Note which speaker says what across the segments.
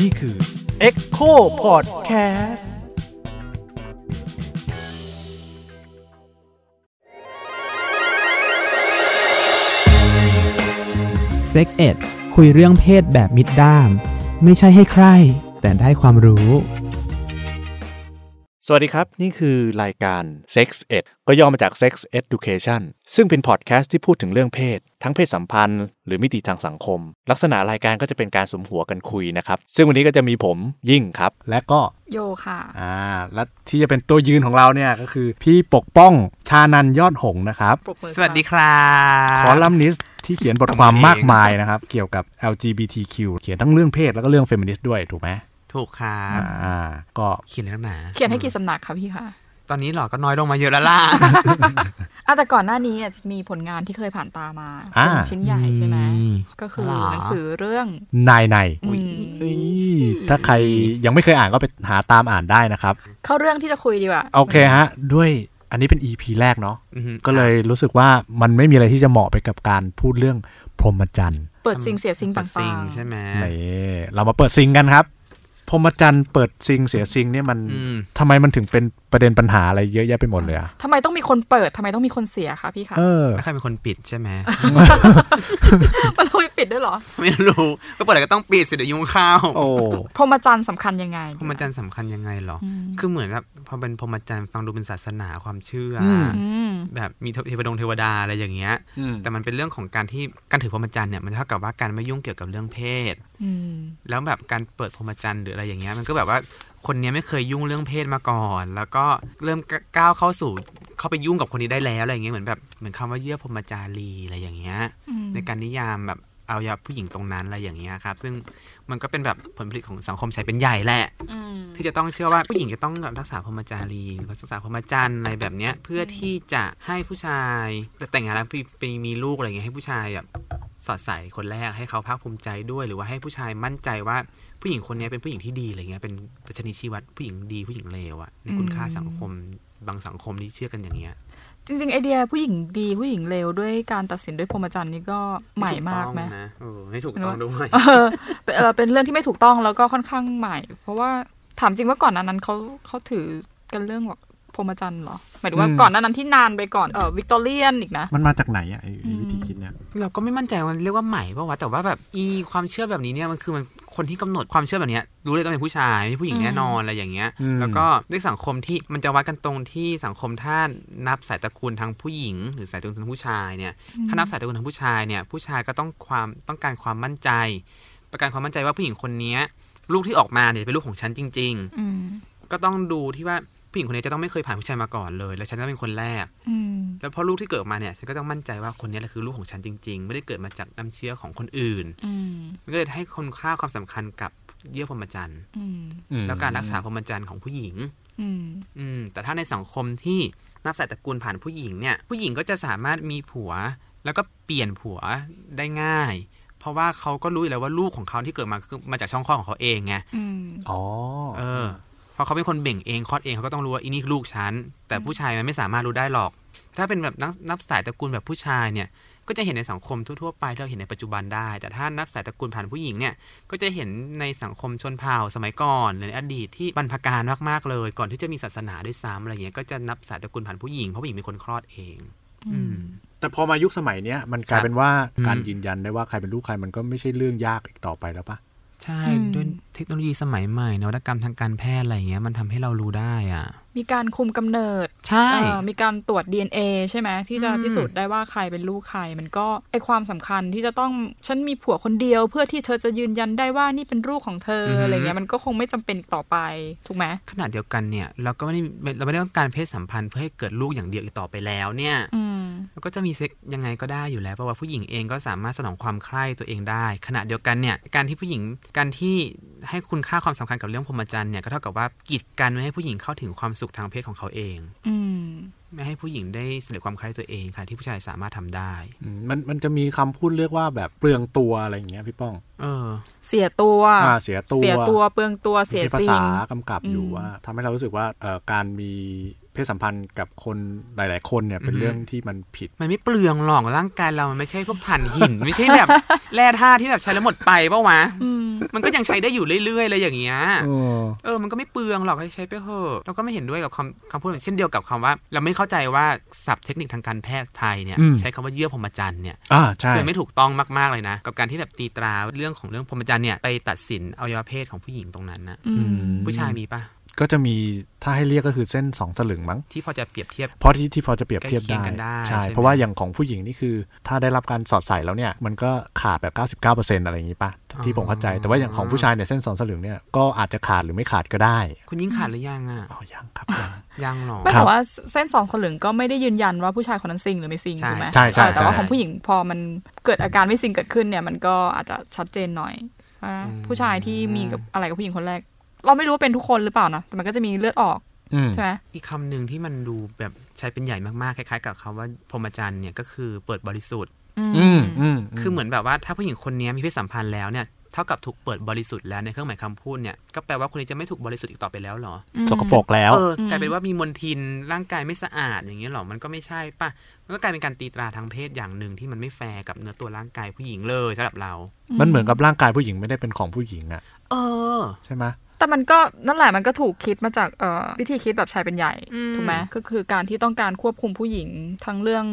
Speaker 1: นี่คือ
Speaker 2: Echo Podcast
Speaker 3: เซ็กเอ็ดคุยเรื่องเพศแบบมิดด้าม ไม่ใช่ให้ใคร แต่ได้ความรู้
Speaker 2: สวัสดีครับ นี่คือรายการ Sex Ed ก็ย่อมาจาก Sex Education ซึ่งเป็นพอดแคสต์ที่พูดถึงเรื่องเพศ ทั้งเพศสัมพันธ์ หรือมิติทางสังคม ลักษณะรายการก็จะเป็นการสมหัวกันคุยนะครับ ซึ่งวันนี้ก็จะมีผมยิ่งครับ
Speaker 4: และก็
Speaker 5: โยค่ะ
Speaker 4: อ่าและที่จะเป็นตัวยืนของเราเนี่ยก็คือพี่ปกป้องชานันยอดหงส์นะครับ
Speaker 5: ปรบมือ
Speaker 3: สวัสดีครับ
Speaker 4: คอลัมนิสต์ที่เขียนบทความมากมายนะครับ เกี่ยวกับ LGBTQ เขียนทั้งเรื่องเพศแล้วก็เรื่องเฟมินิสต์ด้วยถูกไหม
Speaker 3: ถูกครับ
Speaker 4: อ่าก็
Speaker 3: เขียนแล้วนะ
Speaker 5: เขียนให้กี่สำนักคะพี่คะ
Speaker 3: ตอนนี้หลอก็น้อยลงมาเยอะแล้วล่ะ
Speaker 5: อ่ะแต่ก่อนหน้านี้อ่ะจะมีผลงานที่เคยผ่านตามา
Speaker 4: อ่า
Speaker 5: เป็นชิ้นใหญ่ใช่ไหม
Speaker 3: อืม
Speaker 5: ก็คือ
Speaker 3: หรอ
Speaker 5: หนังสือเรื่อง
Speaker 4: นายใน
Speaker 5: อืม
Speaker 4: เอ้ยถ้าใครยังไม่เคยอ่านก็ไปหาตามอ่านได้นะครับ
Speaker 5: เข้าเรื่องที่จะคุยดีกว่า
Speaker 4: โอเคฮะ ด้วยอันนี้เป็น EP แรกเนาะก็เลยรู้สึกว่ามันไม่มีอะไรที่จะเหมาะไปกับการพูดเรื่องพรหมจรรย์
Speaker 5: เปิดสิ่งเสียสิ่งต่าง
Speaker 3: ใช่ไหม
Speaker 4: นี่เรามาเปิดซิงกันครับพรหมจันทร์เปิดซิงเสียซิงเนี่ยมัน
Speaker 3: อืม
Speaker 4: ทำไมมันถึงเป็นประเด็นปัญหาอะไรเยอะแยะไปหมดเลยอะ
Speaker 5: ๆทำไมต้องมีคนเปิดทำไมต้องมีคนเสียคะพี่คะ
Speaker 4: เออ
Speaker 3: แล้วใครเป็นคนปิดใช่ไหม
Speaker 5: มันต้องมีปิดด้วยเหรอ
Speaker 3: ไม่รู้ก็เปิดอะไรก็ต้องปิดสิเดี๋ยวยุงเข้าว
Speaker 4: โอ้
Speaker 5: พรหมจรรย์สำคัญยังไง
Speaker 3: พรหมจรรย์สำคัญยังไงเหรออคือเหมือนแบบพอเป็นพรหมจรรย์ฟังดูเป็นศาสนาความเชื่ออ
Speaker 4: ม
Speaker 5: อืม
Speaker 3: แบบมีเทวดงเทวดาอะไรอย่างเงี้ย แต่มันเป็นเรื่องของการที่การถือพรหมจรรย์เนี่ยมันเท่ากับว่าการไม่ยุ่งเกี่ยวกับเรื่องเพศ
Speaker 5: อืม
Speaker 3: แล้วแบบการเปิดพรหมจรรย์หรืออะไรอย่างเงี้ยมันก็แบบว่าคนเนี้ยไม่เคยยุ่งเรื่องเพศมาก่อน แล้วก็เริ่มกก้าวเข้าสู่เข้าไปยุ่งกับคนนี้ได้แล้วอะไรอย่างเงี้ยเหมือนแบบเหมือนคำว่าเยื่อพรหมจารีอะไรอย่างเงี้ยในการนิยามแบบเอายาผู้หญิงตรงนั้นอะไรอย่างเงี้ยครับ ซึ่งมันก็เป็นแบบผลผลิตของสังคมใช้เป็นใหญ่แหละ
Speaker 5: อืม
Speaker 3: ที่จะต้องเชื่อว่าผู้หญิงจะต้องแบบรักษาพรหมจารีหรือรักษาพรหมจรรย์อะไรแบบเนี้ยเพื่อที่จะให้ผู้ชายแต่แต่งงานแล้วไปไปมีลูกอะไรเงี้ยให้ผู้ชายแบบสอดใส่คนแรกให้เขาภาคภูมิใจด้วย หรือว่าให้ผู้ชายมั่นใจว่าผู้หญิงคนเนี้ยเป็นผู้หญิงที่ดีอะไรเงี้ยเป็นชนีชีวัดผู้หญิงดีผู้หญิงเลวอะในคุณค่าสังคมบางสังคมที่เชื่อกันอย่างเงี้ย
Speaker 5: จริงๆไอเดียผู้หญิงดีผู้หญิงเลวด้วยการตัดสินด้วยพรหมจรรย์นี่ก็ใหม่มากไหม
Speaker 3: นะเออไม่ถูกต้องด้วย
Speaker 5: เออเป็นเอ่อเป็นเรื่องที่ไม่ถูกต้องแล้วก็ค่อนข้างใหม่ เพราะว่าถามจริงว่าก่อนหน้านั้นเขาเขาถือกันเรื่องแบบพรหมจรรย์เหรอหมายถึงว่า
Speaker 4: อืม
Speaker 5: ก่อนหน้านั้นที่นานไปก่อนเออวิกตอเรียนอีกนะ
Speaker 4: มันมาจากไหนอะไอ้ไอ้วิธีคิดเนี่ย
Speaker 3: เราก็ไม่มั่นใจว่าเรียกว่าใหม่ป่าวะแต่ว่าแบบอีความเชื่อแบบนี้เนี่ยมันคือมันคนที่กำหนดความเชื่อแบบเนี้ยรู้เลยต้องเป็นผู้ชายไม่ใช่ผู้หญิงแน่นอนอะไรอย่างเงี้ย
Speaker 4: อืม
Speaker 3: แล้วก็ด้วยสังคมที่มันจะวัดกันตรงที่สังคมถ้านับสายตระกูลทางผู้หญิง หรือสายตระกูลทางผู้ชายเนี่ยถ้านับสายตระกูลทางผู้ชายเนี่ยผู้ชายก็ต้องความต้องการความมั่นใจ ประกันความมั่นใจว่าผู้หญิงคนเนี้ยลูกที่ออกมาเนี่ยเป็นลูกของฉันจริง
Speaker 5: อืม
Speaker 3: ๆ ก็ต้องดูที่ว่าผู้หญิงคนนี้จะต้องไม่เคยผ่านผู้ชายมาก่อนเลย และฉันต้องเป็นคนแรก
Speaker 5: อืม
Speaker 3: แล้วพอลูกที่เกิดมาเนี่ยฉันก็ต้องมั่นใจว่าคนนี้แหละคือลูกของฉันจริง ๆ ไม่ได้เกิดมาจากน้ำเชื้อของคนอื่น
Speaker 5: อืม
Speaker 3: มันก็เลยให้คุณค่าความสำคัญกับเยื่อพรหมจรรย์
Speaker 5: อืม
Speaker 4: อืม
Speaker 3: แล้วการรักษาพรหมจรรย์ของผู้หญิง
Speaker 5: อืม
Speaker 3: อืมแต่ถ้าในสังคมที่นับสายตระกูลผ่านผู้หญิงเนี่ยผู้หญิงก็จะสามารถมีผัว แล้วก็เปลี่ยนผัวได้ง่าย เพราะว่าเขาก็รู้อยู่แล้วว่าลูกของเขาที่เกิดมาคือมาจากช่องคลอดของเขาเองไง
Speaker 5: อืม
Speaker 4: อ๋อ
Speaker 3: เออเพราะเขาเป็นคนเบ่งเองคลอดเองเขาก็ต้องรู้ว่าอีนี่คือลูกฉันแต่ผู้ชายมันไม่สามารถรู้ได้หรอก ถ้าเป็นแบบนับนับสายตระกูลแบบผู้ชายเนี่ยก็จะเห็นในสังคมทั่วๆไปที่เราเห็นในปัจจุบันได้ แต่ถ้านับสายตระกูลผ่านผู้หญิงเนี่ยก็จะเห็นในสังคมชนเผ่าสมัยก่อนหรือในอดีตที่บรรพการมากๆเลย ก่อนที่จะมีศาสนาด้วยซ้ำอะไรเงี้ยก็จะนับสายตระกูลผ่านผู้หญิงเพราะผู้หญิงเป็นคนคลอดเอง อืม
Speaker 4: แต่พอมายุคสมัยเนี้ยมันกลายเป็นว่า
Speaker 3: อืม
Speaker 4: การยืนยันได้ว่าใครเป็นลูกใครมันก็ไม่ใช่เรื่องยากอีกต่อไปแล้วปะ
Speaker 3: ใช่ด้วยเทคโนโลยีสมัยใหม่นวัตกรรมทางการแพทย์อะไรเงี้ยมันทำให้เรารู้ได้อ่ะ
Speaker 5: มีการคุมกำเนิด
Speaker 3: ใช่
Speaker 5: เอ่อมีการตรวจ DNA ใช่ไหมที่จะ
Speaker 3: อืม
Speaker 5: พิสูจน์ได้ว่าใครเป็นลูกใคร มันก็ไอความสำคัญที่จะต้องฉันมีผัวคนเดียว เพื่อที่เธอจะยืนยันได้ว่านี่เป็นลูกของเธออะไรเงี้ยมันก็คงไม่จำเป็นอีกต่อไปถูกไหม
Speaker 3: ขณะเดียวกันเนี่ยเราก็ไม่ได้เราไม่ได้ต้องการเพศสัมพันธ์เพื่อให้เกิดลูกอย่างเดียวอีกต่อไปแล้วเนี่ย
Speaker 5: อืม
Speaker 3: แล้วก็จะมีเซ็กยังไงก็ได้อยู่แล้วเพราะว่าผู้หญิงเองก็สามารถสนองความใคร่ตัวเองได้ ขณะเดียวกันเนี่ยการที่ผู้หญิงการที่ให้คุณค่าความสำคัญกับเรื่องพรหมจรรย์เนี่ยก็เท่ากับว่ากีดกันไม่ให้ผู้หญิงเข้าถึงความสุขทางเพศของเขาเอง
Speaker 5: อืม
Speaker 3: ไม่ให้ผู้หญิงได้สำเร็จความใคร่ตัวเองขณะที่ผู้ชายสามารถทำได้
Speaker 4: อืมมันมันจะมีคำพูดเรียกว่าแบบเปลืองตัวอะไรอย่างเงี้ยพี่ป้อง
Speaker 3: เออ
Speaker 5: เสียตัว
Speaker 4: อ่าเสียตัว
Speaker 5: เสียตัวเปลืองตัวเสีย
Speaker 4: มีภา
Speaker 5: สิ่ง
Speaker 4: ษากำกับอยู่
Speaker 5: อืม
Speaker 4: ว่าทำให้เรารู้สึกว่าเอ่อการมี เพศสัมพันธ์กับคนหลาย ๆ คนเนี่ยเป็นเรื่องที่มันผิด
Speaker 3: มันไม่เปลืองหรอกร่างกายเรามันไม่ใช่พวกถ่านหิน ไม่ใช่แบบแร่ธาตุที่แบบใช้แล้วหมดไปเปล่าวะมันก็ยังใช้ได้อยู่เรื่อยๆเลยอย่างเงี้ย เออ มันก็ไม่เปลืองหรอกให้ใช้ไปเถอะเราก็ไม่เห็นด้วยกับคำคำพูดเช่นเดียวกับคำว่า เราไม่เข้าใจว่าศัพท์เทคนิคทางการแพทย์ไทยเนี่ย
Speaker 4: อืม
Speaker 3: ใช้คำว่าเยื่อพรหมจรรย์เนี่ย
Speaker 4: อ่าใช่
Speaker 3: คือไม่ถูกต้องมากๆเลยนะ กับการที่แบบตีตราเรื่องของเรื่องพรหมจรรย์เนี่ยไปตัดสินอวัยวะเพศของผู้หญิงตรงนั้นนะ
Speaker 5: อืม
Speaker 3: ผู้ชายมีปะ
Speaker 4: ก็จะมีถ้าให้เรียกก็คือเส้นสองสลึงมั้ง
Speaker 3: ที่พอจะเปรียบเทียบ
Speaker 4: เพราะที่ที่พอจะเปรียบเทียบ
Speaker 3: ใกล้เคี
Speaker 4: ได้
Speaker 3: ยงกันได้
Speaker 4: ใช่
Speaker 3: ใช่ไหม
Speaker 4: เพราะว่าอย่างของผู้หญิงนี่คือ ถ้าได้รับการสอดใส่แล้วเนี่ยมันก็ขาดแบบ 99%อะไรอย่างนี้ปะที่ผมเข้าใจแต่ว่าอย่างของผู้ชายเนี่ยเส้นสองสลึงเนี่ยก็อาจจะขาดหรือไม่ขาดก็ได้
Speaker 3: คุณยิ่งขาดหรือยังอ่ะ
Speaker 4: อ๋อยังครับยัง
Speaker 3: ยังหรอ
Speaker 5: ไม่
Speaker 4: ครั
Speaker 5: แต่
Speaker 4: บ
Speaker 5: ว่าเส้นสองคนเหลืองก็ไม่ได้ยืนยันว่าผู้ชายคนนั้นซิงหรือไม่ซิง
Speaker 3: ใช่
Speaker 5: ถูกไหม
Speaker 4: ใช่ใช่
Speaker 5: เออแต่ว่า
Speaker 4: ใช่
Speaker 5: ของผู้หญิงพอมันเกิดอาการไม่ซิงเกิดขึ้นเนี่ยมันก็อาจจะชัดเจนหน่อยว่าผู้ชายที่มีกับอะไรกับผู้หญิงคนแรก เราไม่รู้ว่าเป็นทุกคนหรือเปล่านะแต่มันก็จะมีเลือดออก
Speaker 4: อืม
Speaker 5: ใช่ไหม
Speaker 3: อีกคำหนึ่งที่มันดูแบบใช้เป็นใหญ่มากๆ คล้ายๆ กับคำว่าพรหมจรรย์เนี่ยก็คือเปิดบริสุทธิ์
Speaker 4: อืมอืม
Speaker 3: คือเหมือนแบบว่าถ้าผู้หญิงคนนี้มีเพศสัมพันธ์แล้วเนี่ยเท่ากับถูกเปิดบริสุทธิ์แล้วในเครื่องหมายคำพูดเนี่ยก็แปลว่าคนนี้จะไม่ถูกบริสุทธิ์อีกต่อไปแล้วเหรอ
Speaker 5: อืม
Speaker 4: สกปรกแล้ว
Speaker 3: เออกลายเป็นว่ามีมลทินร่างกายไม่สะอาดอย่างเงี้ยเหรอมันก็ไม่ใช่ป่ะมันก็กลายเป็นการตีตราทางเพศอย่างหนึ่งที่มันไม่แฟร์กับเนื้อตัวร่างกายผู้หญิงเลยสำหรับเรา
Speaker 4: มันเหมือนกับร่างกายผู้หญิงไม่ได้เป็นของผู้หญิงอะ
Speaker 3: เออ
Speaker 4: ใช่ไหม
Speaker 5: แต่มันก็นั่นแหละมันก็ถูกคิดมาจากเอ่อวิธีคิดแบบชายเป็นใหญ่
Speaker 3: อืม
Speaker 5: ถูกไหมก็คือการที่ต้องการควบคุมผู้หญิงทั้งเรื่อง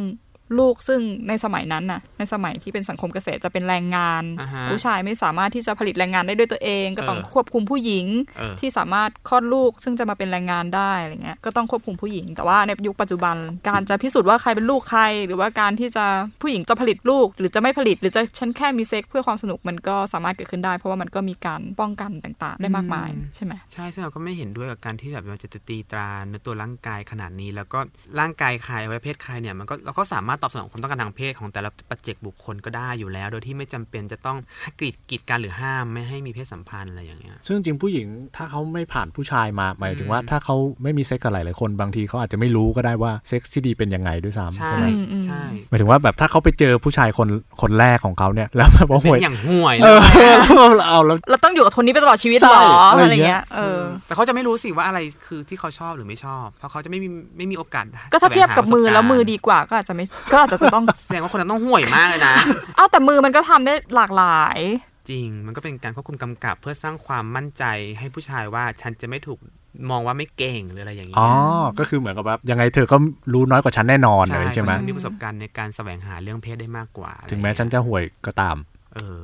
Speaker 5: ลูกซึ่งในสมัยนั้นน่ะ ในสมัยที่เป็นสังคมเกษตรจะเป็นแรงงาน
Speaker 3: อ่าฮะ
Speaker 5: ผู้ชายไม่สามารถที่จะผลิตแรงงานได้ด้วยตัวเอง ก็ต้อง
Speaker 3: เออ
Speaker 5: ควบคุมผู้หญิง
Speaker 3: เออ
Speaker 5: ที่สามารถคลอดลูกซึ่งจะมาเป็นแรงงานได้อะไรเงี้ยก็ต้องควบคุมผู้หญิง แต่ว่าในยุคปัจจุบันการจะพิสูจน์ว่าใครเป็นลูกใคร หรือว่าการที่จะผู้หญิงจะผลิตลูก หรือจะไม่ผลิต หรือจะฉันแค่มีเซ็กเพื่อความสนุกมันก็สามารถเกิดขึ้นได้ เพราะว่ามันก็มีการป้องกันต่างๆ ได้มากมาย
Speaker 3: อืม
Speaker 5: ใช่ไหม
Speaker 3: ใช่ซึ่งเราก็ไม่เห็นด้วยกับการที่แบบมันจะตีตราเนื้อตัวร่างกายขนาดนี้ แล้วก็ร่างกายใครไว้เพศใครเนี่ยมันก็เราก็สามารถตอบสนองความต้องการทางเพศของแต่ละปัจเจกบุคคลก็ได้อยู่แล้ว โดยที่ไม่จำเป็นจะต้องกีดกีดกันหรือห้ามไม่ให้มีเพศสัมพันธ์อะไรอย่างเงี้ย
Speaker 4: ซึ่งจริงผู้หญิงถ้าเขาไม่ผ่านผู้ชายมาหมายถึงว่าถ้าเขาไม่มีเซ็กกับหลายๆคนบางทีเขาอาจจะไม่รู้ก็ได้ว่าเซ็กซ์ที่ดีเป็นยังไงด้วยซ้ำ
Speaker 3: ใช่
Speaker 4: ใช่ไหม
Speaker 5: อืม
Speaker 3: ใช่
Speaker 4: หมายถึงว่าแบบถ้าเขาไปเจอผู้ชายคนคนแรกของเขาเนี่ย แล้วแบบว่า
Speaker 3: เป็
Speaker 4: ห่วย
Speaker 3: นอย่างห่วยเล
Speaker 4: เอย อ แล้วเอาแล้ว
Speaker 5: เราต้องอยู่กับคนนี้ไปตลอดชีวิตเหรอ
Speaker 4: ใช่อะไร
Speaker 5: อะไร
Speaker 4: เงี้
Speaker 5: เงี้
Speaker 4: ย
Speaker 5: ยเออ
Speaker 3: แต่เขาจะไม่รู้สิว่าอะไรคือที่เขาชอบหรือไม่ชอบ เพราะเขาจะไม่มีไม่มีโอกาส
Speaker 5: ก็ถ้าเทียบกับมือ
Speaker 3: สงหา
Speaker 5: แล้วมือ
Speaker 3: ประสบการณ์
Speaker 5: ดีกว่าก็อาจจะไม่ก็อาจจะต้อง
Speaker 3: แสดงว่าคนนั้นต้องห่วยมากเลยนะ
Speaker 5: เอาแต่มือมันก็ทำได้หลากหลาย
Speaker 3: จริง มันก็เป็นการควบคุมกำกับเพื่อสร้างความมั่นใจให้ผู้ชายว่าฉันจะไม่ถูกมองว่าไม่เก่งหรืออะไรอย่างเงี้ย
Speaker 4: อ๋อ ก็คือเหมือนกับแบบยังไงเธอก็รู้น้อยกว่าฉันแน่นอนอะไรใช่ไห
Speaker 3: เพ
Speaker 4: ม
Speaker 3: ราะฉันมีประสบการณ์ในการแสวงหาเรื่องเพศได้มากกว่า
Speaker 4: ถึงแม้ฉันจะห่วยก็ตาม
Speaker 3: เออ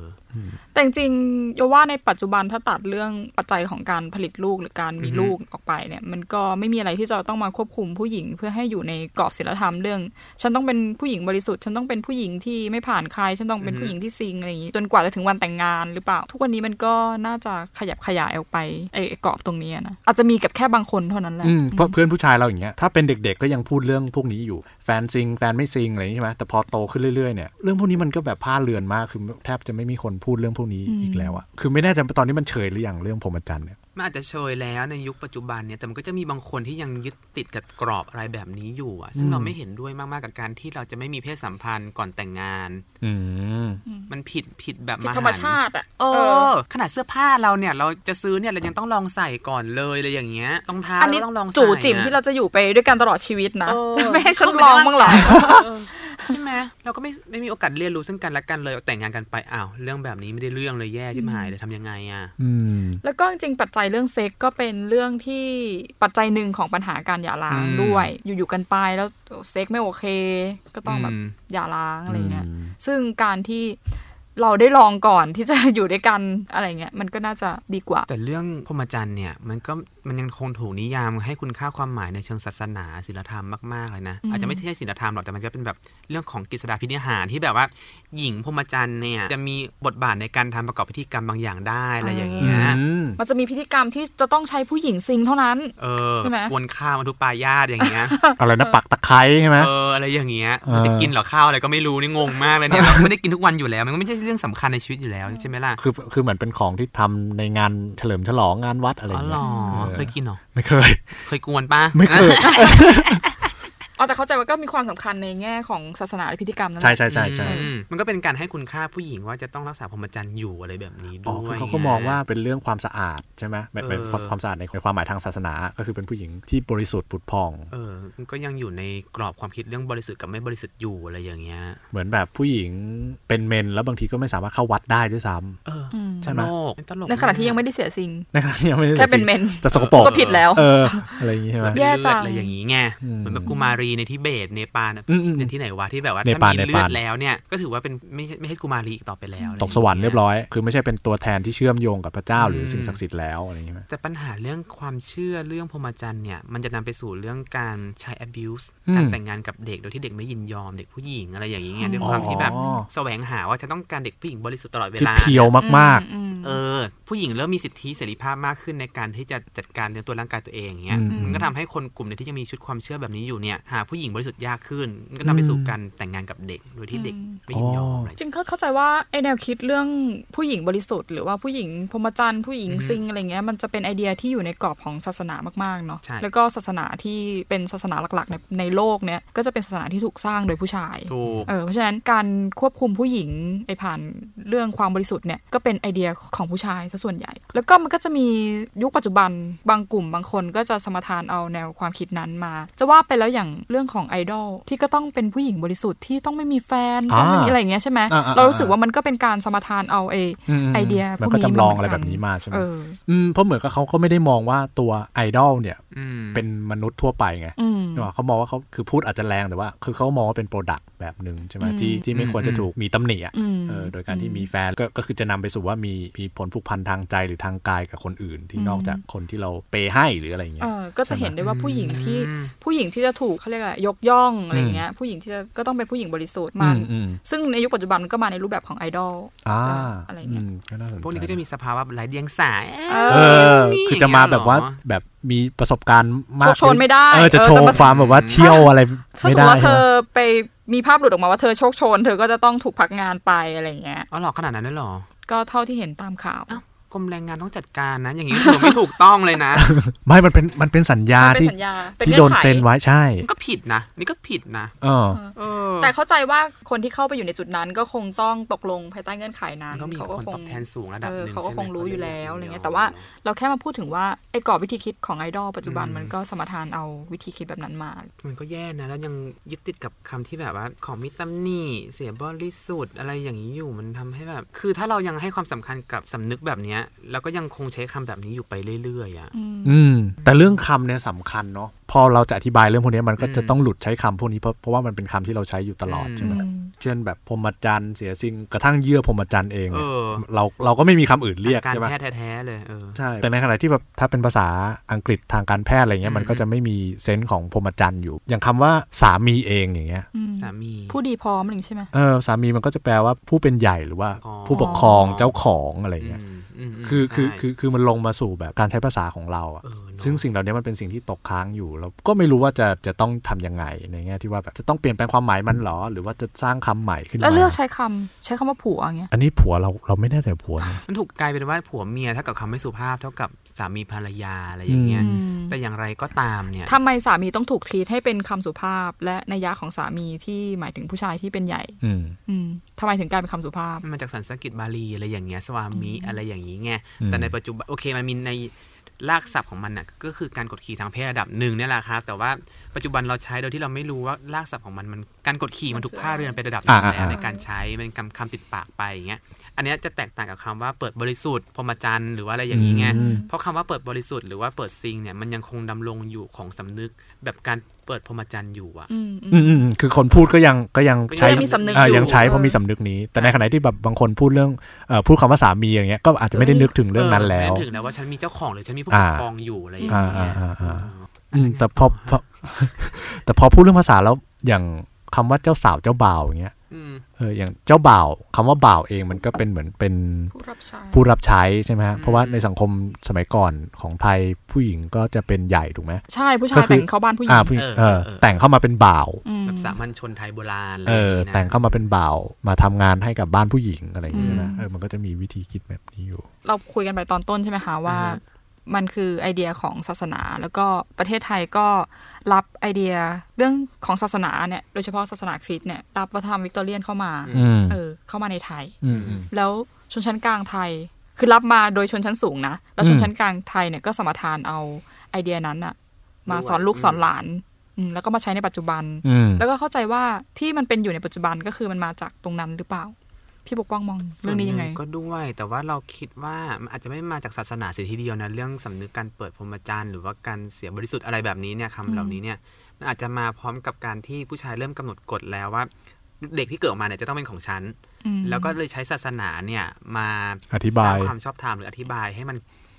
Speaker 5: แต่จริงๆโยว่าในปัจจุบันถ้าตัดเรื่องปัจจัยของการผลิตลูกหรือการมี
Speaker 3: อือฮึ
Speaker 5: ลูกออกไปเนี่ย มันก็ไม่มีอะไรที่จะต้องมาควบคุมผู้หญิงเพื่อให้อยู่ในกรอบศีลธรรมเรื่อง ฉันต้องเป็นผู้หญิงบริสุทธิ์ ฉันต้องเป็นผู้หญิงที่ไม่ผ่านใคร ฉันต้องเป็นผู้หญิงที่ซิงอะไรอย่างนี้ จนกว่าจะถึงวันแต่งงานหรือเปล่า ทุกวันนี้มันก็น่าจะขยับขยายออกไปไอ้ไอ้กรอบตรงนี้นะอาจจะมีกับแค่บางคนเท่านั้นแหละ
Speaker 4: อืมเพราะเพื่อนผู้ชายเราอย่างเงี้ย ถ้าเป็นเด็กๆก็ยังพูดเรื่องพวกนี้อยู่ แฟนซิง แฟนไม่ซิงอะไรอย่างงี้ใช่ไหมแต่พอโตขึ้นเรื่อยๆเนี่ย เรื่องพวกนี้มันก็แบบผ้าดเลือนมาก คือแทบจะไม่มีคนพูดเรื่องพวกนี้อีกแล้วอะคือไม่แน่ใจว่าตอนนี้มันเฉยหรือยังเรื่องพรหมจรรย์เนี่ย
Speaker 3: มันอาจจะเชยแล้วในยุคปัจจุบันเนี่ย แต่มันก็จะมีบางคนที่ยังยึดติดกับกรอบอะไรแบบนี้อยู่อะซึ่งเราไม่เห็นด้วยมากๆกับการที่เราจะไม่มีเพศสัมพันธ์ก่อนแต่งงาน
Speaker 4: อืม
Speaker 3: มันผิดผิดแบบ
Speaker 5: ผิด
Speaker 3: หัน
Speaker 5: ธรรมชาติอ่ะ
Speaker 3: เอ
Speaker 5: เอ
Speaker 3: อ
Speaker 5: อ
Speaker 3: ขนาดเสื้อผ้าเราเนี่ย เราจะซื้อเนี่ยเรายังต้องลองใส่ก่อนเลยเลยอย่างเงี้ยรองเท้า
Speaker 5: อันนี้
Speaker 3: เราต้องลองใส่
Speaker 5: จู่จิ๋ม
Speaker 3: อะ
Speaker 5: ที่เราจะอยู่ไปด้วยกันตลอดชีวิตนะ
Speaker 3: เออ
Speaker 5: ไม่ให้ฉันลองบ้างเหรอ
Speaker 3: เออใช่ไหมเราก็ไม่ไม่มีโอกาสเรียนรู้ซึ่งกันและกันเลยแต่งงานกันไปอ้าวเรื่องแบบนี้ไม่ได้เรื่องเลยแย่ชิบหายเลยทำยังไงอะ
Speaker 4: อืม
Speaker 5: แล้วก็จริงๆปัจจัยเรื่องเซ็กก็เป็นเรื่องที่ปัจจัยหนึ่งของปัญหาการหย่าร้าง
Speaker 3: อืม
Speaker 5: ด้วย อยู่ๆกันไปแล้วเซ็กไม่โอเค ก็ต้องแบบ
Speaker 3: อืม
Speaker 5: หย่าร้างอะไรเงี้ยซึ่งการที่เราได้ลองก่อนที่จะ อยู่ด้วยกันอะไรเงี้ยมันก็น่าจะดีกว่า
Speaker 3: แต่เรื่องพรหมจรรย์เนี่ยมันก็มันยังคงถูกนิยามให้คุณค่าความหมายในเชิงศาสนาศีลธรรมมากๆเลยนะ
Speaker 5: อืม
Speaker 3: อาจจะไม่ใช่ศีลธรรมหรอกแต่มันก็เป็นแบบเรื่องของกฤษฎาพินิหารที่แบบว่า หญิงพรหมจรรย์เนี่ยจะมีบทบาทในการทำประกอบพิธีกรรมบางอย่างได้อะไรอย่าง
Speaker 4: อื
Speaker 3: เงี้ย
Speaker 4: ม
Speaker 5: มันจะมีพิธีกรรมที่จะต้องใช้ผู้หญิงซิงเท่านั้น
Speaker 3: เออ
Speaker 5: ใช่ไหม
Speaker 3: กวนข้าวมาทุปายาตอย่างเงี้ย
Speaker 4: อะไรนะปักตะไคร้ใช่ไหม
Speaker 3: เอออะไรอย่างเงี้ย
Speaker 4: เออ
Speaker 3: มันจะกินเหรอข้าวอะไรก็ไม่รู้นี่งงมากเลย เนี่ยเราก็ไม่ได้กินทุกวันอยู่แล้ว มันก็ไม่ใช่เรื่องสำคัญในชีวิตอยู่แล้วใช่ไหมล่ะ
Speaker 4: คือคือเหมือนเป็นของที่ทำในงานเฉลิมฉลองงานวัดอะไรอ
Speaker 3: อ๋อย่าง เหร
Speaker 4: เงี้ย
Speaker 3: อ
Speaker 4: ออ
Speaker 3: เคยกินเหรอ
Speaker 4: ไม่เคย
Speaker 3: เคยกวนปะ
Speaker 4: ไม่เคย
Speaker 5: อ๋อแต่เข้าใจว่าก็มีความสำคัญในแง่ของศาสนาและพิธีกรรมนั่นแห
Speaker 4: ใช่
Speaker 5: ละ
Speaker 4: ใช่ใช่ใช่
Speaker 3: อืมมันก็เป็นการให้คุณค่าผู้หญิงว่าจะต้องรักษาพรหมจรรย์อยู่อะไรแบบนี้
Speaker 4: อ๋อ
Speaker 3: ด้ว
Speaker 4: คือย เขาก็มองว่าเป็นเรื่องความสะอาดใช่ไหมหมายหมาย
Speaker 3: เออ
Speaker 4: ความสะอาดในความหมายทางศาสนา ก็คือเป็นผู้หญิงที่บริสุทธิ์ผุดพอง
Speaker 3: เออมันก็ยังอยู่ในกรอบความคิดเรื่องบริสุทธิ์กับไม่บริสุทธิ์อยู่อะไรอย่างเงี้ย
Speaker 4: เหมือนแบบผู้หญิงเป็นเมน แล้วบางทีก็ไม่สามารถเข้าวัดได้ด้วยซ้ำ
Speaker 3: เออ
Speaker 5: อืม
Speaker 4: ใช่
Speaker 3: ต
Speaker 4: ไหม
Speaker 3: ลกตลก
Speaker 5: ในขณะที่ยังไม่
Speaker 3: มาก
Speaker 5: ได้เสียสิ่ง
Speaker 4: ในขณะที่ยังไม่ได้
Speaker 5: แค่เป็นเมน
Speaker 4: แต่สกปรก
Speaker 5: ก็ผิดแล้ว
Speaker 4: เอออะไรอย่างงี้ ใช่ไหม
Speaker 5: แย่จัง
Speaker 3: มีเลือดอะไรอย่างงี้ไง
Speaker 4: อืม
Speaker 3: เหมือนแบบกุมารีในทิเบตเนปาลอะ
Speaker 4: อืมอืม
Speaker 3: เป็นที่ไหนวะที่แบบว่า
Speaker 4: เน
Speaker 3: ถ้า
Speaker 4: ปาล
Speaker 3: มี
Speaker 4: เน
Speaker 3: เลื
Speaker 4: ปาล
Speaker 3: อดแล้วเนี่ยก็ถือว่าเป็นไม่ใช่ไม่ใช่กุมารีอีกต่อไปแล้ว
Speaker 4: ตกสวรรค์เรียบร้อย คือไม่ใช่เป็นตัวแทนที่เชื่อมโยงกับพระเจ้าหรือสิ่งศักดิ์สิทธิ์แล้วอะไรอย่างงี้ไหม
Speaker 3: แต่ปัญหาเรื่องความเชื่อเรื่องพรหมจรรย์เนี่ยมันจะนำไปสู่เรื่องการใช้ abuse การแต่งงานกับเด็กโดยที่เด็กไม่ยินยอมเด็กผู้หญิงอะไรอย่างเงี้ยด้วยความที่แบบ
Speaker 4: อ๋อ
Speaker 3: แสวงหาว่าจะต้องการเด็กผู้หญิงบริสุทธิ์ตลอดเว
Speaker 4: ที่
Speaker 3: ลา
Speaker 4: เพียวมาก
Speaker 5: อืม
Speaker 3: เออผู้หญิงเริ่มมีสิทธิเสรีภาพมากขึ้นในการที่จะจัดการเรื่องตัวร่างกายตัวเองอย่างเงี้ย
Speaker 4: อืม
Speaker 3: มันก็ทำให้คนกลุ่มเนี่ยที่ยังมีชุดความเชื่อแบบนี้อยู่เนี่ยหาผู้หญิงบริสุทธิ์ยากขึ้นมันก็นำไปสู่การแต่งงานกับเด็กโดยที่เด็กไม่ยินยอม
Speaker 4: อ๋ออ
Speaker 3: อะไร
Speaker 5: จริงเขาเข้าใจว่าไอแนวคิดเรื่องผู้หญิงบริสุทธิ์หรือว่าผู้หญิงพรหมจรรย์ผู้หญิง
Speaker 3: อือฮึ
Speaker 5: ซิงอะไรเงี้ยมันจะเป็นไอเดียที่อยู่ในกรอบของศาสนามากๆเนาะ
Speaker 3: ใช่
Speaker 5: แล้วก็ศาสนาที่เป็นศาสนาหลักๆในในโลกเนี้ยก็จะเป็นศาสนาที่ถูกสร้างโดยผู้ชาย
Speaker 3: ถูก
Speaker 5: เออเพราะฉะนั้นการควบคุมผู้หญิงไอผ่านเรื่องความบริสุทธิ์เนี่ยก็เป็นไอเดียของผู้ชายซะส่วนใหญ่ แล้วก็มันก็จะมียุคปัจจุบันบางกลุ่มบางคนก็จะสมทานเอาแนวความคิดนั้นมา จะว่าไปแล้วอย่างเรื่องของไอดอลที่ก็ต้องเป็นผู้หญิงบริสุทธิ์ที่ต้องไม่มีแฟน
Speaker 4: อ่า
Speaker 5: ต้องไม่มีอะไรอย่างเงี้ยใช่ไหม
Speaker 4: อ่าอ่า
Speaker 5: เรารู้สึกว่ามันก็เป็นการสมทานเอาไอ
Speaker 4: ๆม
Speaker 5: ไอเดียพ
Speaker 4: มัน
Speaker 5: วก
Speaker 4: ก็
Speaker 5: นี้
Speaker 4: จำลองอะไร
Speaker 5: เห
Speaker 4: แบ
Speaker 5: น
Speaker 4: บ
Speaker 5: กัน
Speaker 4: นี้มาใช่ไหม
Speaker 5: เออ
Speaker 4: มเพราะเหมือนกับเขาก็ไม่ได้มองว่าตัวไอดอลเนี่ย
Speaker 3: อืม
Speaker 4: เป็นมนุษย์ทั่วไปไง
Speaker 5: อืม
Speaker 4: เนกออกเขามองว่าเขาคือพูดอาจจะแรงแต่ว่า คือเขามองว่าเป็นโปรดักต์แบบหนึ่งใช่ไหม
Speaker 5: อืม
Speaker 4: ที่ที่ไม่ควรจะถูกมีตำหนิอะ
Speaker 5: อืม
Speaker 4: เออโดยการที่มีแฟนก็ก็คือจะนำไปสู่ว่ามีมีผลผูกพันทางใจหรือทางกายกับคนอื่น ที่
Speaker 5: อืม
Speaker 4: นอกจากคนที่เราเปย์ให้หรืออะไรอย่างเงี้
Speaker 5: เอย อก็จะเห็นได้ว่าผู้หญิงที่ผู้หญิงที่จะถูกเขาเรียกอะไรยกย่องอะไรอย่างเงี้ยผู้หญิงที่จะก็ต้องเป็นผู้หญิงบริสุทธิ์มัน
Speaker 4: อือืม
Speaker 5: ซึ่งในยุคปัจจุบันมันก็มาในรูปแบบของไอดอล
Speaker 4: อ่า
Speaker 5: อะไรเงี้ย
Speaker 4: มก็น่าสนใจ
Speaker 3: พวกนี้ก็จะมีสภาวะไร้เดียงสา
Speaker 5: เอ
Speaker 4: เออ คือจะมาแบบว่าแบบมีประสบการณ์มาก
Speaker 5: โชว์โชว์ไม่ได้
Speaker 4: เออจะ
Speaker 5: เออ
Speaker 4: โชว์
Speaker 5: จะมา
Speaker 4: ความแบบว่าเชี่ยวอะไร
Speaker 5: ถ้าส
Speaker 4: ไม่
Speaker 5: มม
Speaker 4: ได้
Speaker 5: ติว่าเธ
Speaker 4: ใช่ไห
Speaker 5: อ
Speaker 4: ม
Speaker 5: ไปมีภาพหลุดออกมาว่าเธอโชคโชน เธอก็จะต้องถูกพักงานไปอะไรอย่างเงี้ย
Speaker 3: อ๋อหรอขนาดนั้นเลยเหรอ
Speaker 5: ก็เท่าที่เห็นตามข่าว
Speaker 3: อ้าวกรมแรงงานต้องจัดการนะ อย่างนี้ถือไม่ถูกต้องเลย นะ
Speaker 4: ไม่มันเป็นมันเป็นสัญญา
Speaker 5: เป็น
Speaker 4: ที่
Speaker 5: สัญญาเป็
Speaker 4: ที่
Speaker 5: งื่
Speaker 4: โด
Speaker 5: อน ไข
Speaker 4: เซ็นไว้ใช่
Speaker 3: มันก็ผิดนะนี่ก็ผิดนะ
Speaker 4: เออ
Speaker 3: เออ
Speaker 5: แต่เข้าใจว่าคนที่เข้าไปอยู่ในจุดนั้นก็คงต้องตกลงภายใต้เงื่อนไขนั้
Speaker 3: มัน
Speaker 5: น
Speaker 3: ก็มี
Speaker 5: เขา
Speaker 3: ค
Speaker 5: ก็
Speaker 3: น
Speaker 5: ค
Speaker 3: ตอง บแทนสูงระดับหนึ่ง
Speaker 5: เออเขาก็ค
Speaker 3: ใช่
Speaker 5: ง
Speaker 3: ไหม
Speaker 5: รู้อยู่แล้วอะไรเงี้ยแต่ว่า
Speaker 3: เนาะ
Speaker 5: เราแค่มาพูดถึงว่าไอ้กรอบวิธีคิดของไอดอลปัจจุบัน
Speaker 3: อืม
Speaker 5: มันก็สมทานเอาวิธีคิดแบบนั้นมา
Speaker 3: มันก็แย่นะ แล้วยังยึดติดกับคำที่แบบว่าของมิตำหนี่เสียบริสุทธิ์อะไรอย่างนี้อยู่มันทำให้แบบ คือถ้าเรายังให้ความสำคัญกับสำนึกแบบเนี้ยเราก็ยังคงใช้คำแบบนี้อยู่ไปเรื่อยๆอะ่ะ
Speaker 4: อืมแต่เรื่องคำเนี่ยสำคัญเนาะพอเราจะอธิบายเรื่องพวกนี้มันก็จะ
Speaker 3: อืม
Speaker 4: ต้องหลุดใช้คำพวกนี้เพราะเพราะว่ามันเป็นคำที่เราใช้อยู่ตลอด
Speaker 3: อืม
Speaker 4: ใช่ไหมเช่นแบบพรหมจรรย์เสียสิ่งกระทั่งเยื่อพรหมจรรย์เอง
Speaker 3: เอ
Speaker 4: เนี่ย
Speaker 3: อ
Speaker 4: เราเราก็ไม่มีคำอื่นเรียก
Speaker 3: การ
Speaker 4: ใช่ไหม
Speaker 3: แพทย์แท้ๆเลยเออ
Speaker 4: ใช่แต่ในขณะที่แบบถ้าเป็นภาษาอังกฤษทางการแพทย์อะไรเงี้ย
Speaker 3: อืม
Speaker 4: มันก็จะไม่มีเซนส์ของพรหมจรรย์อยู่ อย่างคำว่าสามีเองอย่างเงี้ย
Speaker 5: อืม
Speaker 3: สามี
Speaker 5: ผู้ดีพร้อมอะไรอย่างงี้ใช่ไหม
Speaker 4: เออสามีมันก็จะแปลว่าผู้เป็นใหญ่หรือว่า
Speaker 3: อ๋อ
Speaker 4: ผู้ปกครองเจ้าของอะไร
Speaker 3: อื
Speaker 4: เงี้ย
Speaker 3: มมม
Speaker 4: คือคือ
Speaker 3: ใช่
Speaker 4: คือคือมันลงมาสู่แบบการใช้ภาษาของเราอะ
Speaker 3: เออเนอะ
Speaker 4: ซึ่งสิ่งเหล่านี้มันเป็นสิ่งที่ตกค้างอยู่แล้วก็ไม่รู้ว่าจะจะต้องทำยังไงในแง่ที่ว่าแบบจะต้องเปลี่ยนแปลงความหมายมันเหรอ หรือว่าจะสร้างคำใหม่ขึ้นมา
Speaker 5: แล้วเลือกใช้คำใช้คำว่าผัวอย่างเงี้ย
Speaker 4: อันนี้ผัวเราเราไม่แน่ใจผัวนะ
Speaker 3: มันถูกกลายเป็นว่าผัวเมียเท่ากับคำไม่สุภาพเท่ากับสามีภรรยาอะไรอย่างเงี้ย
Speaker 5: อืม
Speaker 3: แต่อย่างไรก็ตามเนี่ย
Speaker 5: ทำไมสามีต้องถูกทีทให้เป็นคำสุภาพ และนัยยะของสามีที่หมายถึงผู้ชายที่เป็นใหญ่
Speaker 4: อืม
Speaker 5: อืมทำไมถึงกลายเป็นคำสุภาพ
Speaker 3: มันมาจากสันสกิตบาลีอะไรอย่างเงี้ยสวามิอะไรอย่างนี้ไง
Speaker 4: อืม
Speaker 3: แต่ในปัจจุบันโอเคมันมีในรากศัพท์ของมันน่ะก็คือการกดขี่ทางเพศระดับหนึ่งเนี่ยแหละครับแต่ว่าปัจจุบันเราใช้โดยที่เราไม่รู้ว่ารากศัพท์ของมันมันการกดขี่มันถูกผ้าเรือนไประดับหนึ่ง
Speaker 4: อ่า
Speaker 3: แล้ว
Speaker 4: อ่า
Speaker 3: ในการใช้เป็นคำคำติดปากไปอย่างเงี้ยอันเนี้ยจะแตกต่างกับคำว่าเปิดบริสุทธิ์พรหมจรรย์หรือว่าอะไรอย่างนี้ไง
Speaker 4: อืม
Speaker 3: เพราะคำว่าเปิดบริสุทธิ์หรือว่าเปิดซิงเนี่ยมันยังคงดำรงอยู่ของสำนึกแบบการเปิดพรหมจรรย์อยู่อะ
Speaker 5: อืมอืม
Speaker 4: อืมอืมคือคนพูดก็ยังก็ยังใช้
Speaker 5: ก็ยังมีสำนึก
Speaker 4: อ่า
Speaker 5: อยู่
Speaker 4: ยังใช้เพราะ
Speaker 5: เออ
Speaker 4: มีสำนึกนี้ แต่ในขณะที่แบบบางคนพูดเรื่องเอ่อพูดคำว่าสามีอย่างเงี้ยก็อาจจะไม่ได้นึกถึงเรื่องนั้นแล้ว
Speaker 3: ไม่ถึงแล้วว่าฉันมีเจ้าของหรือฉันมีผู้ปกครองอยู่อะไรอย่าง
Speaker 4: อ่า
Speaker 3: เงี้ย
Speaker 4: อ่าอ่า อืมแต่พอพอ แต่พอพูดเรื่องภาษาแล้วอย่างคำว่าเจ้าสาวเจ้าบ่าวอย่างเงี้ย
Speaker 3: อืม
Speaker 4: เอออย่างเจ้าบ่าวคำว่าบ่าวเองมันก็เป็นเหมือนเป็น
Speaker 5: ผู้รับใช้
Speaker 4: ผู้รับใช้ใช่ไหมฮะ
Speaker 3: อืม
Speaker 4: เพราะว่าในสังคมสมัยก่อนของไทยผู้หญิงก็จะเป็นใหญ่ถูกไหม
Speaker 5: ใช่ผู้
Speaker 4: ก็
Speaker 5: ชาย
Speaker 4: คือ
Speaker 5: แต่งเข้าบ้านผู้หญิ
Speaker 4: อ่าง ผู้หญิง
Speaker 3: เออ
Speaker 4: เออ
Speaker 3: เออ
Speaker 4: แต่งเข้ามาเป็นบ่าว
Speaker 5: อืม
Speaker 3: แบบสามัญชนไทยโบราณอะไร
Speaker 4: เอ
Speaker 3: อย่าง
Speaker 4: อ
Speaker 3: งี้นะ
Speaker 4: แต่งเข้ามาเป็นบ่าว มาทำงานให้กับบ้านผู้หญิงอะไรอย่างนี้ใช่ไหม
Speaker 5: อืม
Speaker 4: เออมันก็จะมีวิธีคิดแบบนี้อยู่
Speaker 5: เราคุยกันไปตอนต้นใช่ไหมคะว่า มันคือไอเดียของศาสนา แล้วก็ประเทศไทยก็รับไอเดียเรื่องของศาสนาเนี่ยโดยเฉพาะศาสนาคริสต์เนี่ยรับวัฒนธรรมวิกตอเรียนเข้ามา
Speaker 4: อืม
Speaker 5: เออเข้ามาในไทย
Speaker 4: อืมอืม
Speaker 5: แล้วชนชั้นกลางไทย คือรับมาโดยชนชั้นสูงนะ แล้วช
Speaker 4: อื
Speaker 5: น
Speaker 4: ม
Speaker 5: ชั้นกลางไทยเนี่ยก็สมทานเอาไอเดียนั้นอะมา
Speaker 3: ด้วย
Speaker 5: สอนลูก
Speaker 3: อืม
Speaker 5: สอนหลานอืมแล้วก็มาใช้ในปัจจุบัน
Speaker 4: อืม
Speaker 5: แล้วก็เข้าใจว่าที่มันเป็นอยู่ในปัจจุบันก็คือมันมาจากตรงนั้นหรือเปล่า พี่ปกป้องมองเรื่องนี้ยังไง
Speaker 3: ส่วหก็ด้วยแต่ว่าเราคิดว่ามันอาจจะไม่มาจากศาสนาเสียทีเดียวนะเรื่องสำนึกการเปิดพรหมจรรย์หรือว่าการเสียบริสุทธิ์อะไรแบบนี้เนี่ยคำเหล่านี้เนี่ยมันอาจจะมาพร้อมกับการที่ผู้ชายเริ่มกำหนดกฎแล้วว่า เด็กที่เกิดออกมาเนี่ยจะต้องเป็นของฉัน
Speaker 5: อืม
Speaker 3: แล้วก็เลยใช้ศาสนาเนี่ยมา
Speaker 4: อธิบาย
Speaker 3: สร้งความชอบธรรมหรืออธิบายให้มัน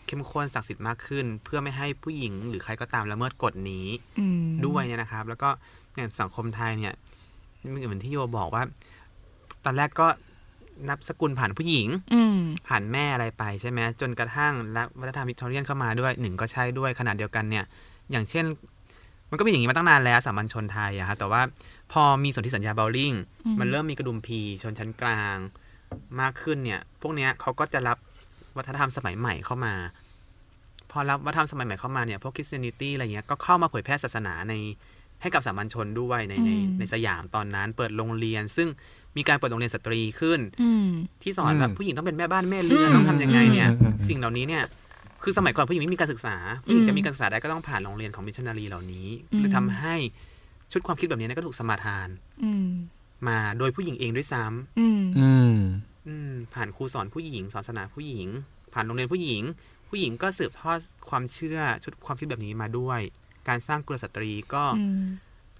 Speaker 3: เข้มข้นศักดิ์สิทธิ์มากขึ้น เพื่อไม่ให้ผู้หญิงหรือใครก็ตามละเมิดกฎนี้
Speaker 5: อืม
Speaker 3: ด้วยเนี่ยนะครับ แล้วก็อย่างสังคมไทยเนี่ยมันเหมือนที่โยบอกว่า ตอนแรกก็นับสกุลผ่านผู้หญิง
Speaker 5: อืม
Speaker 3: ผ่านแม่อะไรไปใช่ไหมจนกระทั่งรัฐวัฒนธรรมวิกตอเรียนเข้ามาด้วยหนึ่งก็ใช่ด้วยขนาดเดียวกันเนี่ย อย่างเช่น มันก็เป็นอย่างนี้มาตั้งนานแล้วสามัญชนไทยอะฮะแต่ว่าพอมีสนธิสัญญาเบลลิง
Speaker 5: อืม
Speaker 3: มันเริ่มมีกระดุมพีชนชั้นกลางมากขึ้นเนี่ย พวกเนี้ยเขาก็จะรับวัฒนธรรมสมัยใหม่เข้ามา พอรับวัฒนธรรมสมัยใหม่เข้ามาเนี่ยพวกคริสเตียนิตี้อะไรเงี้ยก็เข้ามาเผยแพร่ศาสนาในให้กับสามัญชนด้วยในใน
Speaker 5: อืม
Speaker 3: ในสยามตอนนั้นเปิดโรงเรียน ซึ่งมีการเปิดโรงเรียนสตรีขึ้น
Speaker 5: อืม
Speaker 3: ที่สอนแบบ
Speaker 4: อืม
Speaker 3: ผู้หญิงต้องเป็นแม่บ้านแม่เรือนต้องทำยังไงเนี่ย
Speaker 4: อืมอืมอืม
Speaker 3: สิ่งเหล่านี้เนี่ย คือสมัยก่อนผู้หญิงไม่มีการศึกษา ผู้หญิง
Speaker 5: อืม
Speaker 3: จะมีการศึกษาได้ก็ต้องผ่านโรงเรียนของมิชชันนารีเหล่านี้
Speaker 5: อืม
Speaker 3: เลยทำให้ชุดความคิดแบบนี้เนี่ยก็ถูกสมาทาน
Speaker 5: อืม
Speaker 3: มาโดยผู้หญิงเองด้วยซ้ำ
Speaker 5: อืม
Speaker 4: อืม
Speaker 3: อืมผ่านครูสอนผู้หญิงสอนศาสนาผู้หญิง ผ่านโรงเรียนผู้หญิง ผู้หญิงก็สืบทอดความเชื่อชุดความคิดแบบนี้มาด้วย การสร้างกุลสตรีก็
Speaker 5: อืม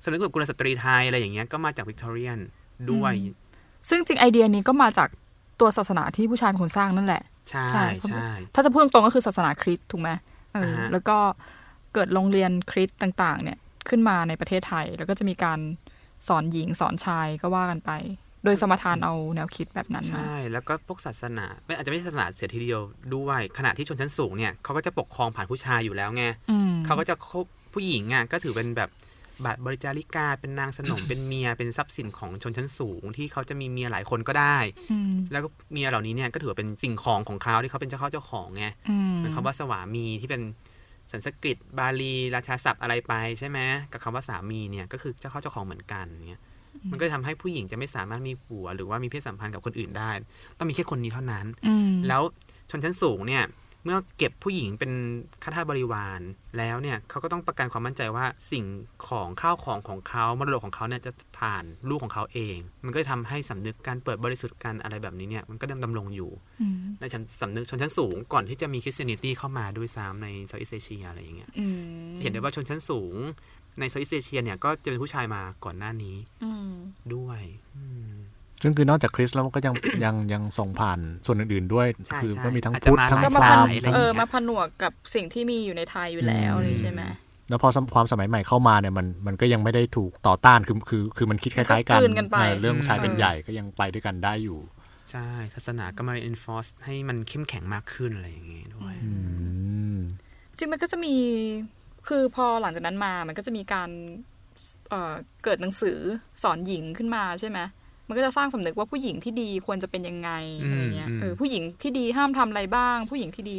Speaker 3: สำนึกแบบกุลสตรีไทยอะไรอย่างเงี้ยก็มาจากวิกตอเรียนด้วย
Speaker 5: อืม ซึ่งจริงไอเดียนี้ก็มาจากตัวศาสนาที่ผู้ชายเป็นคนสร้างนั่นแหละ
Speaker 3: ใช่
Speaker 5: ใช่
Speaker 3: ใช่
Speaker 5: ถ้าจะพูดตรงๆก็คือศาสนาคริสต์ถูกไหมเออ
Speaker 3: อ่าฮะ
Speaker 5: แล้วก็เกิดโรงเรียนคริสต์ต่างๆ เนี่ยขึ้นมาในประเทศไทย แล้วก็จะมีการสอนหญิงสอนชายก็ว่ากันไป โดยสมทานเอาแนวคิดแบบนั้นมา
Speaker 3: ใช่ แล้วก็พวกศาสนาไม่อาจจะไม่ใช่ศาสนาเสียทีเดียวด้วยขณะที่ชนชั้นสูงเนี่ยเขาก็จะปกครองผ่านผู้ชายอยู่แล้วไง
Speaker 5: อืม
Speaker 3: เขาก็จะคบผู้หญิงอ่ะก็ถือเป็นแบบบัตรบริจาริกาเป็นนางสนม เป็นเมียเป็นทรัพย์สินของชนชั้นสูง ที่เขาจะมีเมียหลายคนก็ได้
Speaker 5: อืม
Speaker 3: แล้วก็เมียเหล่านี้เนี่ยก็ถือว่าเป็นสิ่งของของเขาที่เขาเป็นเจ้าเข้าเจ้าของไง
Speaker 5: อืม
Speaker 3: เหมือนคำว่าสวามีที่เป็นสันสกฤตบาลี ราชาศัพท์อะไรไปใช่ไหมกับคำว่าสามีเนี่ยก็คือเจ้าเข้าเจ้าของเหมือนกันเนี่ย มันก็จะทำให้ผู้หญิงจะไม่สามารถมีผัว หรือว่ามีเพศสัมพันธ์กับคนอื่นได้ ต้องมีแค่คนนี้เท่านั้น
Speaker 5: อืม
Speaker 3: แล้วชนชั้นสูงเนี่ย เมื่อเก็บผู้หญิงเป็นข้าทาสบริวารแล้วเนี่ยเขาก็ต้องประกันความมั่นใจว่าสิ่งของข้าวของของเขามรดกของเขาเนี่ยจะผ่านลูกของเขาเอง มันก็จะทำให้สำนึกการเปิดบริสุทธิ์การอะไรแบบนี้เนี่ยมันก็ดำดำรงอยู่
Speaker 5: อืม
Speaker 3: ในชั้นสำนึกชนชั้นสูงก่อนที่จะมีคริสเตียนิตี้เข้ามาด้วยซ้ำในเซาท์อีสเอเชียอะไรอย่างเงี้ย
Speaker 5: อืม
Speaker 3: จะเห็นได้ว่าชนชั้นสูงในเซาท์อีสเอเชียเนี่ยก็จะเป็นผู้ชายมาก่อนหน้านี้
Speaker 5: อืม
Speaker 3: ด้วยอืม
Speaker 4: ซึ่งคือนอกจากคริสต์แล้วมันก็ยัง ยังยังส่งผ่านส่วนอื่นๆด้วย
Speaker 3: ใช่
Speaker 4: คือ
Speaker 3: ใช่
Speaker 4: ก็มีทั้ง
Speaker 3: อาจจะ
Speaker 4: พุทธ
Speaker 3: มา
Speaker 4: ทั้ง
Speaker 5: ก็
Speaker 3: หลย
Speaker 4: พ
Speaker 5: มาพั
Speaker 4: ราน ห
Speaker 3: สยอะ
Speaker 4: มณ์
Speaker 3: ไร
Speaker 4: ทั้
Speaker 3: อางเงี้ย
Speaker 4: ง
Speaker 5: เออมาผนวกกับสิ่งที่มีอยู่ในไทยอยู่แล้ว
Speaker 4: อืม
Speaker 5: นี่ใช่ไหม
Speaker 4: แล้วพอความสมัยใหม่เข้ามาเนี่ยมันมันก็ยังไม่ได้ถูกต่อต้านคือคือคือมันคิดคล้ายๆกันเออเรื่องชายเป็นใหญ่ก็ยังไปด้วยกันได้อยู่
Speaker 3: ใช่ ศาสนาก็มา enforce ให้มันเข้มแข็งมากขึ้นอะไรอย่างงี้ด้วย
Speaker 4: อืม
Speaker 5: จริงมันก็จะมีคือพอหลังจากนั้นมามันก็จะมีการเอ่อเกิดหนังสือสอนหญิงขึ้นมาใช่ไหมมันก็จะสร้างสำนึกว่าผู้หญิงที่ดีควรจะเป็นยังไง
Speaker 3: อืม
Speaker 5: อะไรเงี้ย
Speaker 3: อืม
Speaker 5: เออผู้หญิงที่ดีห้ามทำอะไรบ้าง ผู้หญิงที่ดี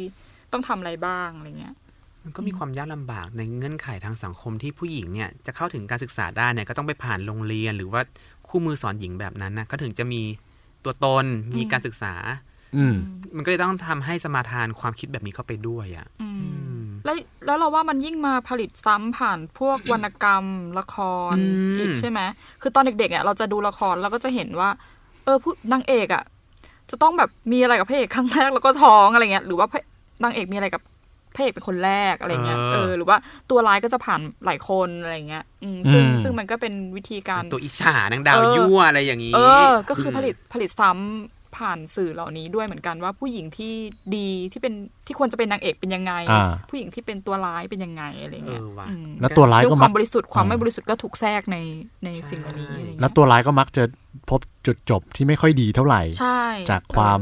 Speaker 5: ต้องทำอะไรบ้างอะไรเงี้ย
Speaker 3: มันก็มีความยากลำบากในเงื่อนไขทางสังคมที่ผู้หญิงเนี่ย จะเข้าถึงการศึกษาได้เนี่ย ก็ต้องไปผ่านโรงเรียน หรือว่าคู่มือสอนหญิงแบบนั้นนะก็ถึงจะมีตัวตนมีการศึกษา
Speaker 4: อืม
Speaker 3: มันก็เลยต้องทำให้สมาทานความคิดแบบนี้เข้าไปด้วยอะ่ะ
Speaker 5: อืม
Speaker 3: อืม
Speaker 5: แล้วแล้วเราว่ามันยิ่งมาผลิตซ้ำผ่านพวกวรรณกรรมละคร
Speaker 3: อืม
Speaker 5: อีกใช่ไหมคือตอนเด็กๆอ่ะเราจะดูละครเราก็จะเห็นว่า เออผู้นางเอกอ่ะจะต้องแบบมีอะไรกับพระเอกครั้งแรกแล้วก็ท้องอะไรเงี้ยหรือว่าพระนางเอกมีอะไรกับพระเอกเป็นคนแรกอะไรเงี้ยเออหรือว่าตัวร้ายก็จะผ่านหลายคนอะไรเงี้ยอืมซึ่ง
Speaker 4: อืม
Speaker 5: ซึ่งมันก็เป็นวิธีการ
Speaker 3: ตัวอิจฉานางดาว
Speaker 5: เออ
Speaker 3: ยั่วอะไรอย่างนี้
Speaker 5: เออ ก็คือผลิตผลิตซ้ำผ่านสื่อเหล่านี้ด้วยเหมือนกันว่าผู้หญิงที่ดีที่เป็นที่ควรจะเป็นนางเอกเป็นยังไง
Speaker 4: อ่า
Speaker 5: ผู้หญิงที่เป็นตัวร้ายเป็นยังไงอะไร
Speaker 3: เอ
Speaker 5: เงี้ย
Speaker 3: อว่ะ
Speaker 5: อืม
Speaker 4: แล้วตัวร้าย
Speaker 5: เรื่อ
Speaker 4: ก็
Speaker 5: งค
Speaker 4: มั
Speaker 5: วาก มบริสุทธิ์ความไม่บริสุทธิ์ก็ถูกแทรกในในสิ่งเหล่านี้อะไร
Speaker 4: แล้ว
Speaker 5: เงี้
Speaker 4: ย ตัวร้ายก็มักจะพบจุดจบที่ไม่ค่อยดีเท่าไหร่
Speaker 5: ใช่
Speaker 4: จากความ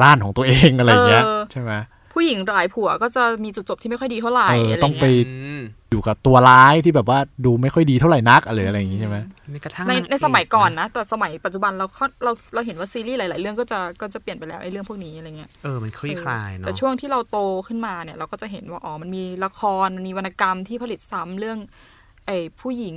Speaker 4: ร่านของตัวเองอะไรอย่างเงี้ย
Speaker 5: เออ
Speaker 4: ใช่ไหม
Speaker 5: ผู้หญิงหลายผัวก็จะมีจุดจบที่ไม่ค่อยดีเท่าไหร่
Speaker 4: เออ
Speaker 5: อะไร
Speaker 4: ต้องไป
Speaker 5: เงี้ย
Speaker 3: ม
Speaker 4: อยู่กับตัวร้ายที่แบบว่าดูไม่ค่อยดีเท่าไหร่นักอะไรอะไรอย่างงี้ใช่ไหม
Speaker 3: แม้กระทั่
Speaker 5: ใน
Speaker 3: งางเอก
Speaker 5: ในสมัยก่อนนะ แต่สมัยปัจจุบันเราเข้าเราเราเห็นว่าซีรีส์หลาย ๆ เรื่องก็จะก็จะเปลี่ยนไปแล้วไอ้เรื่องพวกนี้อะไรเงี้ย
Speaker 3: เออมันคลี่คลายเนาะ
Speaker 5: แต่ช่วงที่เราโตขึ้นมาเนี่ย เราก็จะเห็นว่าอ๋อมันมีละครมันมีวรรณกรรมที่ผลิตซ้ำเรื่องไอ้ผู้หญิง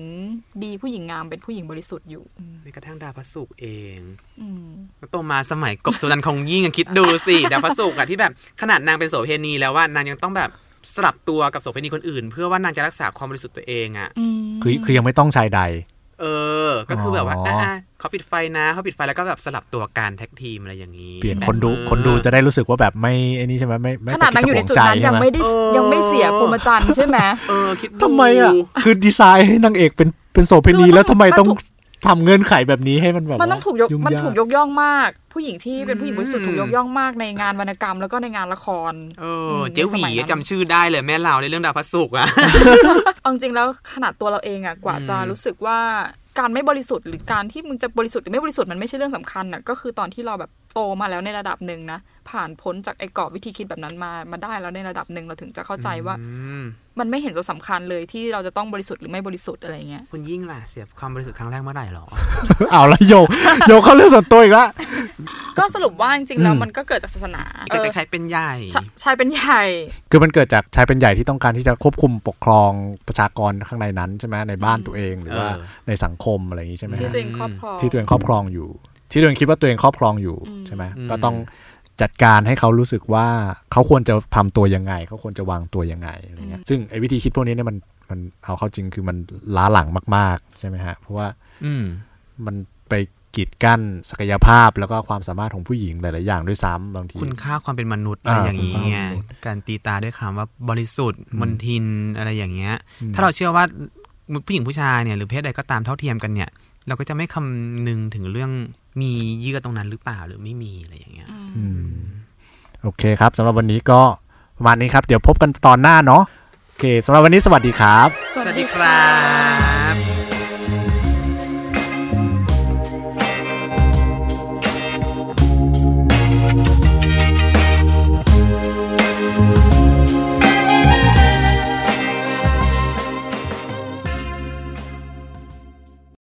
Speaker 5: ดีผู้หญิงงามเป็นผู้หญิงบริสุทธิ์อยู่
Speaker 3: แม้กระทั่งดาวพระศุกร์เอง
Speaker 5: อืม
Speaker 3: แล้วโตมาสมัยกบสุนันท์คงยิ่งอะคิดดูสิดาวพระศุกร์อะที่แบบขนาดนางเป็นโสเภณีแล้วว่านางยังต้องแบบสลับตัวกับโสเภณีคนอื่น เพื่อว่านางจะรักษาความบริสุทธิ์ตัวเองอะ
Speaker 5: อืม
Speaker 4: คือคือยังไม่ต้องชายใด
Speaker 3: เออ ก็คืออ
Speaker 4: อ
Speaker 3: แบบว่าอ่ะๆเขาปิดไฟนะ เขาปิดไฟแล้วก็แบบสลับตัวการแท็กทีมอะไรอย่างนี้
Speaker 4: เปลี่ยน
Speaker 3: แบบ
Speaker 4: คนดู
Speaker 3: เออ
Speaker 4: คนดูจะได้รู้สึกว่าแบบไม่ไอ้นี่ใช่ไหมไม่ไม่
Speaker 5: ขนาดนางอยู่ในจุดนั้นยังไม่ได้
Speaker 3: เออ
Speaker 5: ยังไม่เสียพรหมจรรย์ใช่ไหม
Speaker 3: เออ คิดดู
Speaker 4: ทำไมอ่ะ คือดีไซน์ให้นางเอกเป็นเป็นโสเภณี
Speaker 5: คือมัน
Speaker 4: แล้วทำไม
Speaker 5: มัน
Speaker 4: ต้อง
Speaker 5: ถูก
Speaker 4: ทำเงื่อนไขแบบนี้ให้มันแบบ
Speaker 5: มันต้องถูกยก
Speaker 4: ว่า
Speaker 5: มัน
Speaker 4: งา
Speaker 5: ถูกยกย่องมาก ผู้หญิงที่เป็นผู้หญิงบริสุทธิ์ถูกยกย่องมากในงานวรรณกรรมแล้วก็ในงานละคร
Speaker 3: เออ
Speaker 5: ม
Speaker 3: เจ๊หวี
Speaker 5: ในสมัยนั้น
Speaker 3: จำชื่อได้เลยแม่เราในเรื่องดาวพระศุกร์อ่ะ
Speaker 5: เอาจริงๆแล้วขนาดตัวเราเองอะกว่าจะ
Speaker 3: อืม
Speaker 5: รู้สึกว่าการไม่บริสุทธิ์หรือการที่มึงจะบริสุทธิ์หรือไม่บริสุทธิ์มันไม่ใช่เรื่องสำคัญอะก็คือตอนที่เราแบบโตมาแล้วในระดับหนึ่งนะผ่านพ้นจากไอ้กรอบวิธีคิดแบบนั้นมามาได้แล้วในระดับหนึ่งเราถึงจะเข้าใจว่า
Speaker 3: อืม
Speaker 5: มันไม่เห็นจะสำคัญเลยที่เราจะต้องบริสุทธิ์หรือไม่บริสุทธิ์อะไรเงี้ย
Speaker 3: คุณยิ่งล่ะ เสียความบริสุทธิ์ครั้งแรกเมื่อไหร่หรอ
Speaker 4: เอาละ โยโยเข้าเรื่องส่วนตัวอีกละ
Speaker 5: ก็สรุปว่าจริงๆแล้ว
Speaker 4: อืม
Speaker 5: มันก็เกิดจากศาสนา
Speaker 3: เกิดจากใช้เป็นใหญ่
Speaker 5: เออชะชายเป็นใหญ่
Speaker 4: คือมันเกิดจากชายเป็นใหญ่ที่ต้องการที่จะควบคุมปกครองประชากรข้างในนั้นใช่ไหมในบ้านตัวเองหรือว่า
Speaker 3: เออ
Speaker 4: ในสังคมอะไรอย่างนี้ใช่ไหม
Speaker 5: ที่
Speaker 4: ฮะ
Speaker 5: ตัวเองครอบครอง
Speaker 4: ที่ตัวเองครอบครองอยู่ ที่ตัวเองคิดว่าตัวเองครอบครองอยู่
Speaker 5: อืม
Speaker 4: ใช่ไหม
Speaker 3: อืม
Speaker 4: ก็ต้องจัดการให้เขารู้สึกว่าเขาควรจะทำตัวยังไง เขาควรจะวางตัวยังไงอะไรเงี้ยซึ่งไอ้วิธีคิดพวกนี้เนี่ยมันมันเอาเข้าจริงคือมันล้าหลังมาก ๆ ใช่ไหมฮะเพราะว่า
Speaker 3: อืม
Speaker 4: มันไปกีดกั้นศักยภาพแล้วก็ความสามารถของผู้หญิงหลาย ๆ อย่างด้วยซ้ำบางที
Speaker 3: คุณค่าความเป็นมนุษย์อะไร
Speaker 4: อ่า
Speaker 3: อย่างนี้
Speaker 4: คุณ
Speaker 3: ไง
Speaker 4: ค่าความเป็นมนุษย์
Speaker 3: การตีตาด้วยคำว่าบริสุทธิ์มนทินอะไรอย่างเงี้ย
Speaker 4: อืม
Speaker 3: ถ้าเราเชื่อว่าผู้หญิงผู้ชายเนี่ยหรือเพศใดก็ตามเท่าเทียมกันเนี่ย เราก็จะไม่คำนึงถึงเรื่องมีเยื่อตรงนั้นหรือเปล่าหรือไม่มีอะไรอย่างเงี้ย
Speaker 4: อืมโอเคครับสำหรับวันนี้ก็ประมาณนี้ครับ เดี๋ยวพบกันตอนหน้าเนาะโอเคสำหรับวันนี้สวัสดีครับ
Speaker 3: สวัสดีครับ